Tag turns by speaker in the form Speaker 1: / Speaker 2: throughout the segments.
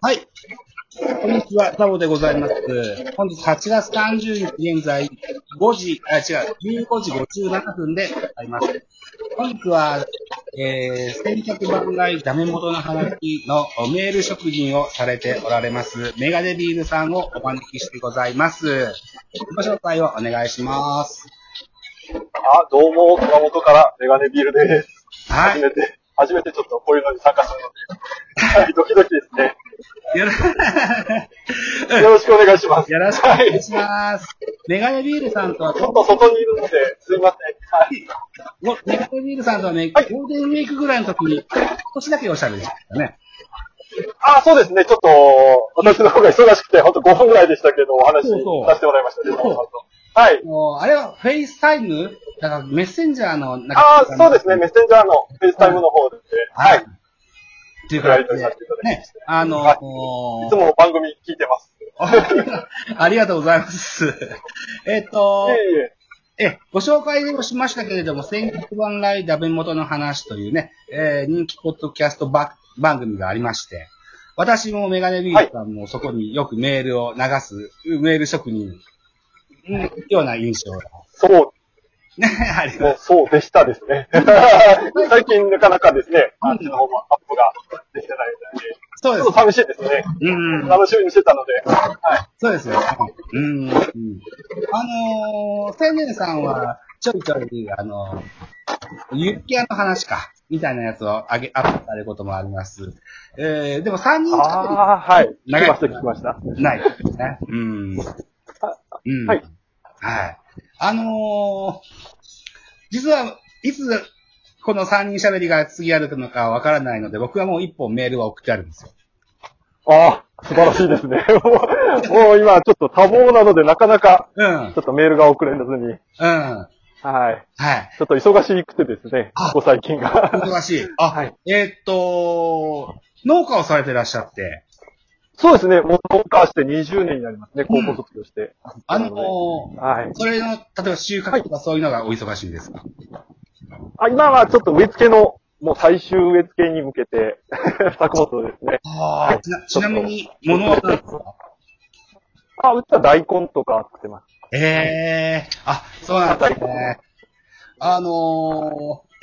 Speaker 1: はい。こんにちは、タボでございます。本日8月30日現在、5時、あ、違う、15時57分でございます。本日は、えー、選択番外ダメ元の話のメール職人をされておられます、メガネビールさんをお招きしてございます。ご紹介をお願いします。
Speaker 2: あ、どうも、熊本からメガネビールです。
Speaker 1: はい。
Speaker 2: 初めて、初めてちょっとこういうのに参加するので、 はい、ドキドキですね。
Speaker 1: よろ
Speaker 2: よろしくお願いします。
Speaker 1: よろしくお
Speaker 2: は
Speaker 1: 願い
Speaker 2: い。
Speaker 1: し
Speaker 2: ち
Speaker 1: ます。メガネビールさんとは、
Speaker 2: ょっと外にいるので、すいません。は
Speaker 1: ごメガネビールさんとはね、ゴ
Speaker 2: はい
Speaker 1: ールデンウィークぐらいの時に、少しだけおしゃべりしましたね。
Speaker 2: い。あ、そうですね。ちょっと、私の方が忙しくて、ほんと5分ぐらいでしたけど、お話し
Speaker 1: そうそう
Speaker 2: させてもらいましたね。
Speaker 1: そう
Speaker 2: はい。
Speaker 1: もう、あれはフェイスタイムだからメッセンジャーの、なん
Speaker 2: あそうですね。メッセンジャーのフェイスタイムの方で、
Speaker 1: は。
Speaker 2: はいい。
Speaker 1: っ
Speaker 2: い
Speaker 1: ていう
Speaker 2: や
Speaker 1: か
Speaker 2: り取りさせていただきま
Speaker 1: ね
Speaker 2: した、
Speaker 1: あの、
Speaker 2: はいつも番組聞いてます。
Speaker 1: ありがとうございます。えっ
Speaker 2: い
Speaker 1: と、
Speaker 2: えいえ。
Speaker 1: え、ご紹介をしましたけれども、戦国番来ダメ元の話というね、えー人気ポッドキャストば番組がありまして、私もメガネビールさんもそこによくメールを流す、メール職人、うんような印象が、
Speaker 2: そう
Speaker 1: ね、ありま
Speaker 2: ね、そうでしたです ね。最近なかなかですね、あっちの方もアップができてないので、
Speaker 1: す。そう
Speaker 2: ち
Speaker 1: で
Speaker 2: ょっと
Speaker 1: す。
Speaker 2: 寂しいですね。
Speaker 1: うん。
Speaker 2: 楽しみにしてたので、は
Speaker 1: そうですよ。うん。うんあのー、千年さんは、ちょいちょい、あのー、ユッキアの話か、みたいなやつをあげ、アップされることもあります。えー、でも3
Speaker 2: い。
Speaker 1: 人か
Speaker 2: ああ、はい。聞
Speaker 1: 長い
Speaker 2: きました、聞きました。
Speaker 1: けないですね。うん。うん。
Speaker 2: はい。
Speaker 1: はい。あのー、実はいつ、この3人喋りが次やるのかわからないので、僕はもう1本メールは送ってあるんですよ。
Speaker 2: ああ、素晴らしいですね。 もうもう今、ちょっと多忙なので、なかなか、
Speaker 1: うん。うん
Speaker 2: ち。ょっとメールが遅れずに、
Speaker 1: は
Speaker 2: はい。
Speaker 1: い。
Speaker 2: ちょっと忙しくてですね、
Speaker 1: あ
Speaker 2: ここ最近が。
Speaker 1: 忙しい。あ、
Speaker 2: はい
Speaker 1: えーっと、農家をされてらっしゃって、
Speaker 2: そうですね、もう、農家して20年になりますね、高校卒業して。
Speaker 1: あのー
Speaker 2: はい。
Speaker 1: それの、例えば収穫とかそういうのがお忙しいんですか、
Speaker 2: あ今はちょっと植え付けの、もう最終植え付けに向けて、 作物ですね。
Speaker 1: あ
Speaker 2: は
Speaker 1: あ
Speaker 2: い
Speaker 1: ちなちなみに、物は何ですか
Speaker 2: あ、うちは大根とか作ってます。
Speaker 1: ええあ、そうなんですね。あのー、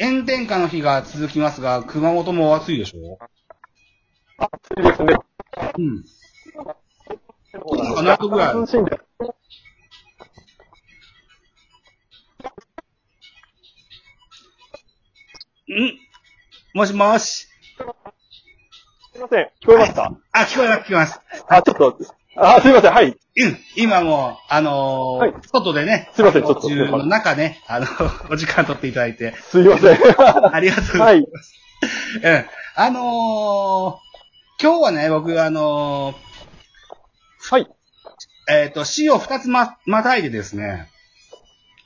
Speaker 1: 炎天下の日が続きますが、熊本も暑いでしょ
Speaker 2: 暑いですね。
Speaker 1: うん。
Speaker 2: そう
Speaker 1: なんか何度ぐらい
Speaker 2: 涼しいんです。
Speaker 1: んもしもし。
Speaker 2: すいません。聞こえました
Speaker 1: あ、聞こえます、聞こえます。
Speaker 2: あ、ちょっと、あ、すいません。はい。
Speaker 1: うん、今もう、あのー
Speaker 2: はい
Speaker 1: 外でね、
Speaker 2: すいませんちょっと
Speaker 1: 中の中ね、あの、お時間取っていただいて、
Speaker 2: すいま せん。
Speaker 1: ありがとうございます。
Speaker 2: はい。
Speaker 1: ええ、あのー今日はね、僕、あの
Speaker 2: はい。
Speaker 1: ーえっ、と、市を二つま、またいでですね、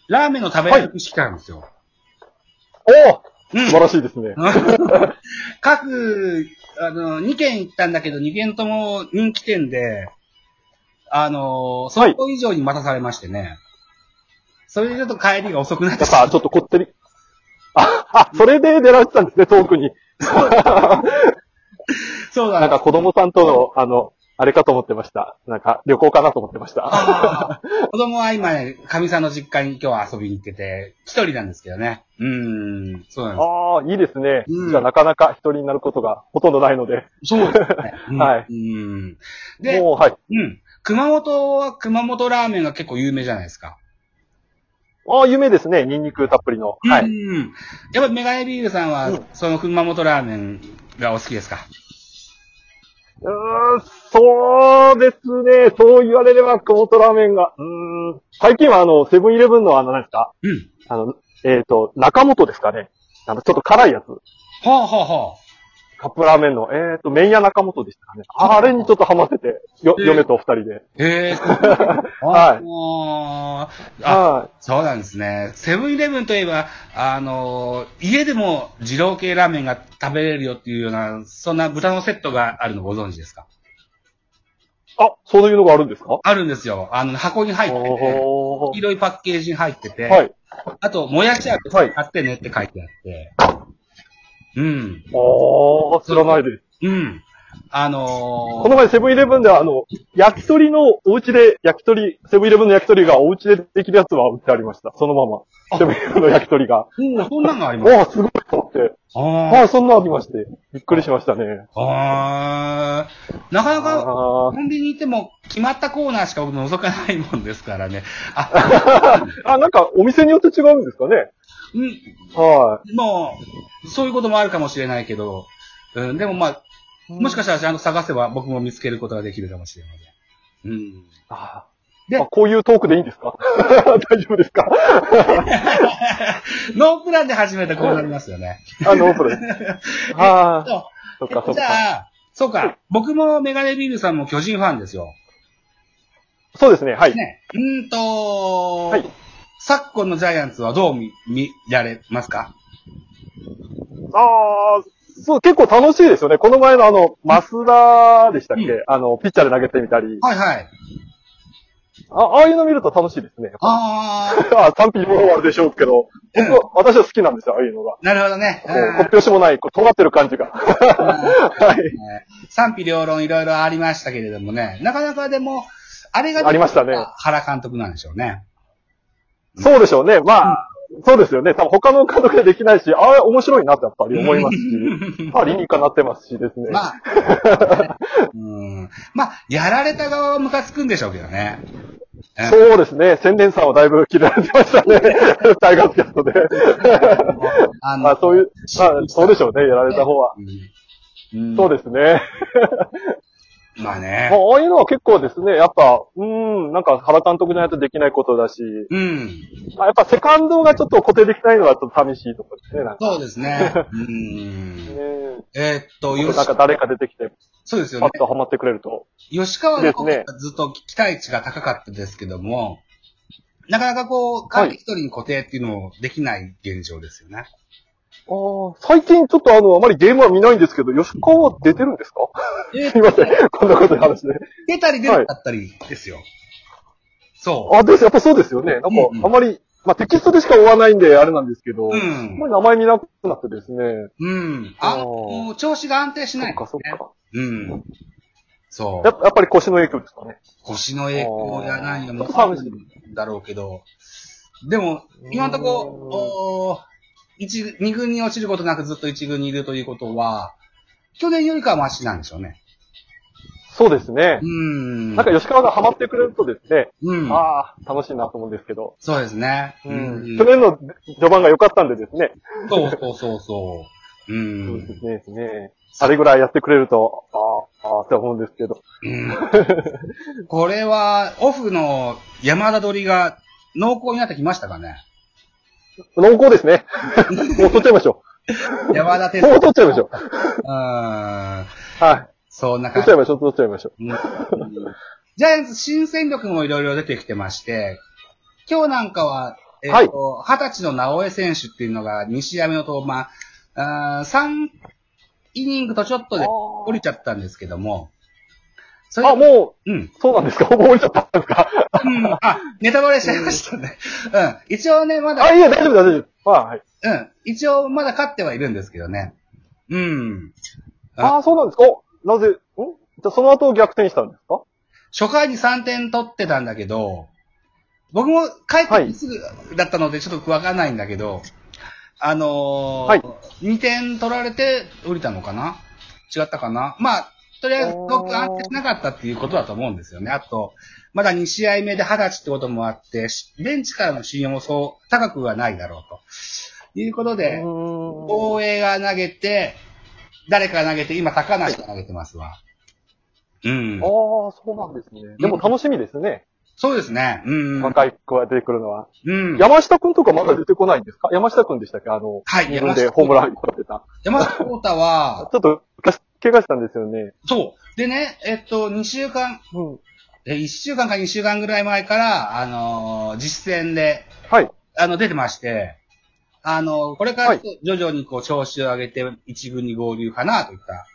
Speaker 1: ラーメンの食べ歩きしてたんですよ。
Speaker 2: お
Speaker 1: う
Speaker 2: 素
Speaker 1: ん
Speaker 2: 晴らしいですね。
Speaker 1: 各、あの、2軒行ったんだけど、2軒とも人気店で、あのー、そ
Speaker 2: はい
Speaker 1: こ以上に待たされましてね、それでちょっと帰りが遅くなっ
Speaker 2: や
Speaker 1: て
Speaker 2: っぱ、ちょっとこってり。あ、あ、それで出られてたんですね、遠くに。
Speaker 1: そうだ
Speaker 2: なんか子供さんとの、あの、あれかと思ってました。なんか旅行かなと思ってました。
Speaker 1: あー子供は今ね、神さんの実家に今日は遊びに行ってて、一人なんですけどね。うーん、そうなんです。
Speaker 2: ああ、いいですね。
Speaker 1: うん
Speaker 2: じゃあなかなか一人になることがほとんどないので。
Speaker 1: そう ですね。うん
Speaker 2: はい
Speaker 1: うん。で、
Speaker 2: もう、はい。
Speaker 1: うん。熊本は熊本ラーメンが結構有名じゃないですか。
Speaker 2: ああ、夢ですね。ニンニクたっぷりの。は
Speaker 1: う
Speaker 2: い。
Speaker 1: ん。やっぱメガネビールさんは、
Speaker 2: うん
Speaker 1: その熊本ラーメンがお好きですか
Speaker 2: うーん、そうですね。そう言われれば、熊本ラーメンが。うーん。最近は、あの、セブンイレブンの、あの、何ですか
Speaker 1: うん。
Speaker 2: あの、えっ、と、中本ですかね。あの、ちょっと辛いやつ。
Speaker 1: ほうほうほ
Speaker 2: カップラーメンの、えっ、と、麺屋中本でしたかね。ああれにちょっとハマってて、よ、
Speaker 1: えー
Speaker 2: 嫁と二人で。
Speaker 1: う。へえ。
Speaker 2: はい
Speaker 1: あーあ、
Speaker 2: は
Speaker 1: そうなんですね。セブンイレブンといえば、あのー家でも二郎系ラーメンが食べれるよっていうような、そんな豚のセットがあるのご存知ですか
Speaker 2: い。あ、そういうのがあるんですか
Speaker 1: あるんですよ。あの、箱に入ってて、
Speaker 2: お
Speaker 1: 黄
Speaker 2: ー
Speaker 1: 色いパッケージに入ってて、
Speaker 2: はい。
Speaker 1: あと、もやし味
Speaker 2: はい
Speaker 1: 買ってねって書いてあって。うん。
Speaker 2: ああ、知らないです。
Speaker 1: うん。あの
Speaker 2: この前セブンイレブンでは、あの、焼き鳥のお家で焼き鳥、セブンイレブンの焼き鳥がお家でできるやつは売ってありました。そのまま。セブンイレブンの焼き鳥が。
Speaker 1: ー、うん、そんなのがあります。
Speaker 2: おお、すごいと思って。
Speaker 1: あ
Speaker 2: はい、そんなありまして。びっくりしましたね。
Speaker 1: あ、ああ、なかなか
Speaker 2: あー
Speaker 1: コ ンビニ行っても決まったコーナーしか僕覗かないもんですからね。あ、
Speaker 2: あ、なんかお店によって違うんですかね。
Speaker 1: うん、
Speaker 2: は
Speaker 1: もう、そういうこともあるかもしれないけど、うん、でもまあ、
Speaker 2: い。
Speaker 1: もしか
Speaker 2: し
Speaker 1: したらちゃんと探せば僕も見つけることができるかもしれません。うん。
Speaker 2: あ
Speaker 1: で
Speaker 2: で、あこういうトークでいいんです か大丈夫ですか
Speaker 1: ノープランで始めたらこうなりますよね。
Speaker 2: あの、それ。ああ、
Speaker 1: そ
Speaker 2: そっ
Speaker 1: う
Speaker 2: かそっ
Speaker 1: じ
Speaker 2: か。
Speaker 1: ゃあ、そうか、僕もメガネビールさんも巨人ファンですよ。
Speaker 2: そうですね、はい。
Speaker 1: ね。うーんと、
Speaker 2: はい
Speaker 1: 昨今のジャイアンツはどう見見られますか
Speaker 2: ああ、そう、結構楽しいですよね。この前のあの、増田でしたっけ、
Speaker 1: うん
Speaker 2: あの、ピッチャーで投げてみたり。
Speaker 1: はいはい。
Speaker 2: あああいうの見ると楽しいですね。あ
Speaker 1: ああ、
Speaker 2: あ、賛否両論あるでしょうけど、僕は、私は好きなんですよ、ああいうのが。
Speaker 1: なるほどね。
Speaker 2: こう、突拍子もない、こう、尖ってる感じが。はい。
Speaker 1: うん賛否両論いろいろありましたけれどもね、なかなかでも、あれが
Speaker 2: ありましたね
Speaker 1: 原監督なんでしょうね。
Speaker 2: そうでしょうね。まあ、そうですよね。多分他の監督でできないし、ああ、面白いなってやっぱり思いますし、まあ、理にかなってますしですね。
Speaker 1: まあ、 うんまあ、やられた側はムカつくんでしょうけどね。あ
Speaker 2: そうですね。千年さんはだいぶ切られてました ね。タイガースキャストで。
Speaker 1: あ
Speaker 2: まあそういう、まあそうでしょうね。やられた方は。
Speaker 1: うん
Speaker 2: そうですね。
Speaker 1: まあ
Speaker 2: まあ
Speaker 1: ね。
Speaker 2: ああいうのは結構ですね、やっぱ、うん、なんか原監督じゃないとできないことだし、
Speaker 1: うん。
Speaker 2: まあ、やっぱセカンドがちょっと固定できないのはちょっと寂しいところですね。なんか
Speaker 1: そうですね。うん。
Speaker 2: ね
Speaker 1: えーっと、よし
Speaker 2: なんか誰か出てきて、
Speaker 1: そうですよ
Speaker 2: パ
Speaker 1: ね
Speaker 2: ッ。とハマってくれると。
Speaker 1: 吉川の方
Speaker 2: です
Speaker 1: が
Speaker 2: ね
Speaker 1: ずっと期待値が高かったですけども、なかなかこう、管理一人に固定っていうのもできない現状ですよね。
Speaker 2: ああ、最近ちょっとあの、あまりゲームは見ないんですけど、吉川は出てるんですか
Speaker 1: え
Speaker 2: すいません。こんなことで話で。
Speaker 1: 出たり出なかったりですよ。そ
Speaker 2: あ、です。やっぱそうですよね。なんか
Speaker 1: うんう、ん
Speaker 2: あまり、まあテキストでしか追わないんで、あれなんですけど、
Speaker 1: う。う
Speaker 2: あん
Speaker 1: ん
Speaker 2: ま。り名前見なくなってですね。
Speaker 1: うん。あ
Speaker 2: お
Speaker 1: の、調子が安定し
Speaker 2: そ
Speaker 1: ない、
Speaker 2: っかそっか。
Speaker 1: うん。そ
Speaker 2: や
Speaker 1: う。
Speaker 2: っやっぱり腰の影響ですかね。
Speaker 1: 腰の影響や何やも
Speaker 2: あ
Speaker 1: あ
Speaker 2: ー
Speaker 1: るんだろうけど、でも、今のところ、おー一、二軍に落ちることなくずっと一軍にいるということは、去年よりかはマシなんでしょうね。
Speaker 2: そうですね
Speaker 1: う。ん。
Speaker 2: なんか吉川がハマってくれるとですね、
Speaker 1: うん。
Speaker 2: ああ、楽しいなと思うんですけど。
Speaker 1: そうですね。
Speaker 2: う
Speaker 1: うん
Speaker 2: ん。去年の序盤が良かったんでですね。
Speaker 1: そうそうそうそう。う
Speaker 2: そうんで。すね。ですねあれぐらいやってくれると、ああ、ああ、って思うんですけど。
Speaker 1: うんこれは、オフの山田取りが濃厚になってきましたかね。
Speaker 2: 濃厚です ね。もう取っちゃいましょ
Speaker 1: 山田
Speaker 2: う。
Speaker 1: 哲
Speaker 2: も
Speaker 1: う
Speaker 2: う取っちゃいましょう。
Speaker 1: ん。
Speaker 2: はい。
Speaker 1: そんな感
Speaker 2: 取っ
Speaker 1: じ
Speaker 2: ちゃ。いましょう、取っちゃいましょう。
Speaker 1: うんジャイアンツ新戦力もいろいろ出てきてまして、今日なんかは、えっ、と、二、十、歳の直江選手っていうのが2試合目の登板、あ3イニングとちょっとで降りちゃったんですけども、それ
Speaker 2: あ、も
Speaker 1: うん。
Speaker 2: う、そうなんですか。もう降りちゃったんですか。
Speaker 1: うん。あ、ネタバレしちゃいました ね。うん。一応ね、まだ
Speaker 2: あ、いや、大丈夫、大丈夫。まあはい。
Speaker 1: うん。一応、まだ勝ってはいるんですけどね。うん。あ
Speaker 2: ああ、そうなんですか。お、なぜ、んじゃあその後逆転したんですか
Speaker 1: 初回に3点取ってたんだけど、僕も帰
Speaker 2: は
Speaker 1: って
Speaker 2: い
Speaker 1: すぐだったのでちょっとわかんないんだけど、あのー
Speaker 2: はい
Speaker 1: 2点取られて降りたのかな違ったかなまあ、とりあえず、すごく安定しなかったっていうことだと思うんですよね。あと、まだ2試合目で二十歳ってこともあって、しベンチからの信用もそう高くはないだろうと。いうことで、
Speaker 2: うーん
Speaker 1: 大江が投げて、誰かが投げて、今高梨が投げてますわ。うん
Speaker 2: ああ。、そうなんですね。でも楽しみですね。
Speaker 1: そうですね。うん。うん。
Speaker 2: 若い子が出てくるのは。
Speaker 1: うん、
Speaker 2: 山下くんとかまだ出てこないんですか山下くんでしたっけあの、
Speaker 1: はい
Speaker 2: 日本でホームラン打ってた。
Speaker 1: 山下幸太は、
Speaker 2: ちょっと、怪我したんですよね。
Speaker 1: そう。でね、えっと、2週間、
Speaker 2: うん。
Speaker 1: え1週間か2週間ぐらい前から、あのー実戦で、
Speaker 2: はい。
Speaker 1: あの、出てまして、あのーこれか
Speaker 2: は
Speaker 1: ら
Speaker 2: い
Speaker 1: 徐々にこう、調子を上げて、一軍に合流かな、といった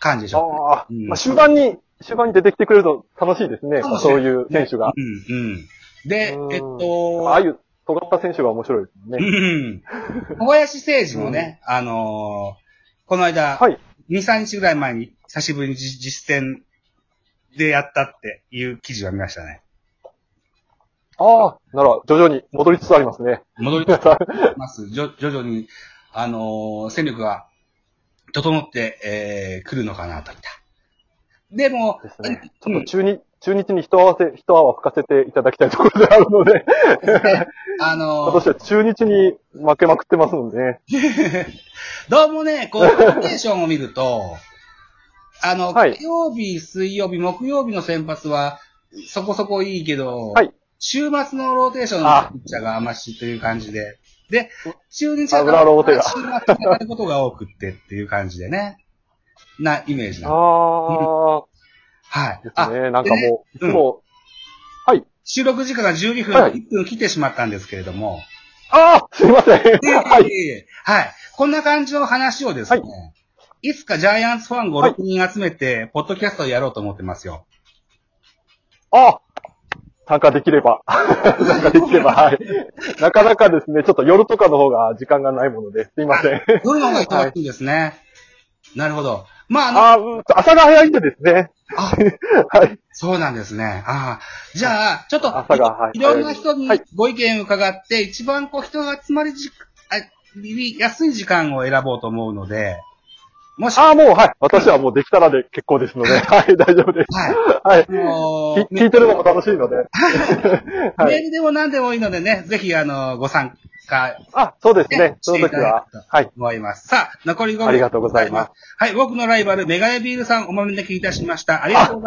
Speaker 1: 感じでしょ
Speaker 2: ああ、
Speaker 1: うん
Speaker 2: まあ、終盤に、終盤に出てきてくれると楽しいですね。
Speaker 1: 楽しい
Speaker 2: そういう選手が。
Speaker 1: う。うん、うん。で、
Speaker 2: うん
Speaker 1: えっと、
Speaker 2: ああいう尖った選手が面白いですよね。
Speaker 1: うん小林誠司もね、あのーこの間、
Speaker 2: はい。
Speaker 1: 2、3日ぐらい前に久しぶりにじ実践でやったっていう記事は見ましたね。
Speaker 2: ああ、なら、徐々に戻りつつありますね。
Speaker 1: 戻りつつあります。 じょ徐々に、あのー戦力が整って、えー、来るのかなといった。でも、
Speaker 2: ですね。
Speaker 1: うん
Speaker 2: ちょっと中日、中日に一合わせ、一泡吹かせていただきたいところであるので、
Speaker 1: あのー
Speaker 2: 私は中日に負けまくってますのでね。
Speaker 1: どうもね、こう、コミュニケーションを見ると、 あの、
Speaker 2: はい
Speaker 1: 火曜日、水曜日、木曜日の先発は、そこそこいいけど、
Speaker 2: はい
Speaker 1: 週末のローテーションのピッチャーがあましという感じで、で、中日は
Speaker 2: 油ローテが
Speaker 1: 週末戦うことが多くってっていう感じでね、な、イメージなの。
Speaker 2: あ
Speaker 1: はい。
Speaker 2: あ、です
Speaker 1: あ、
Speaker 2: ね。なんかもう、いつ
Speaker 1: うん
Speaker 2: も、
Speaker 1: 収録時間が12分、
Speaker 2: はい
Speaker 1: 1分切ってしまったんですけれども、
Speaker 2: ああすいません。
Speaker 1: で
Speaker 2: はい。
Speaker 1: はい。こんな感じの話をですね、い、つかジャイアンツファン
Speaker 2: は
Speaker 1: 5、
Speaker 2: い
Speaker 1: 6人集めて、ポッドキャストをやろうと思ってますよ。
Speaker 2: あ参加できれば。 参加できれば、はい。なかなかですね、ちょっと夜とかの方が時間がないもので、すいません。
Speaker 1: 夜の方が忙しいんですね。なるほど。まあ、あの、
Speaker 2: ああ、うん朝が早いんでですね。
Speaker 1: あ、
Speaker 2: はい。
Speaker 1: そうなんですね。ああ。じゃあ、ちょっと、
Speaker 2: 朝がはい
Speaker 1: いろんな人に
Speaker 2: はい
Speaker 1: ご意見を伺って、一番こう人が集まりじ、あ、りやすい時間を選ぼうと思うので、もし、
Speaker 2: ああ、もう、はい。私はもうできたらで結 構ですので、はい、大丈夫です。
Speaker 1: はい。
Speaker 2: はい。
Speaker 1: あの
Speaker 2: き聞いてるのも楽しいので。 は
Speaker 1: メー
Speaker 2: い。
Speaker 1: ルでも何でもいいのでね、ぜひ、あの、ご参加
Speaker 2: あ、そうです
Speaker 1: ね
Speaker 2: ね。その時は
Speaker 1: していただい。
Speaker 2: はい。
Speaker 1: 思います。さあ、残り5分。
Speaker 2: ありがとうございます
Speaker 1: はい、僕のライバル、メガネビールさん、お豆だけいたしました。ありがとうございます。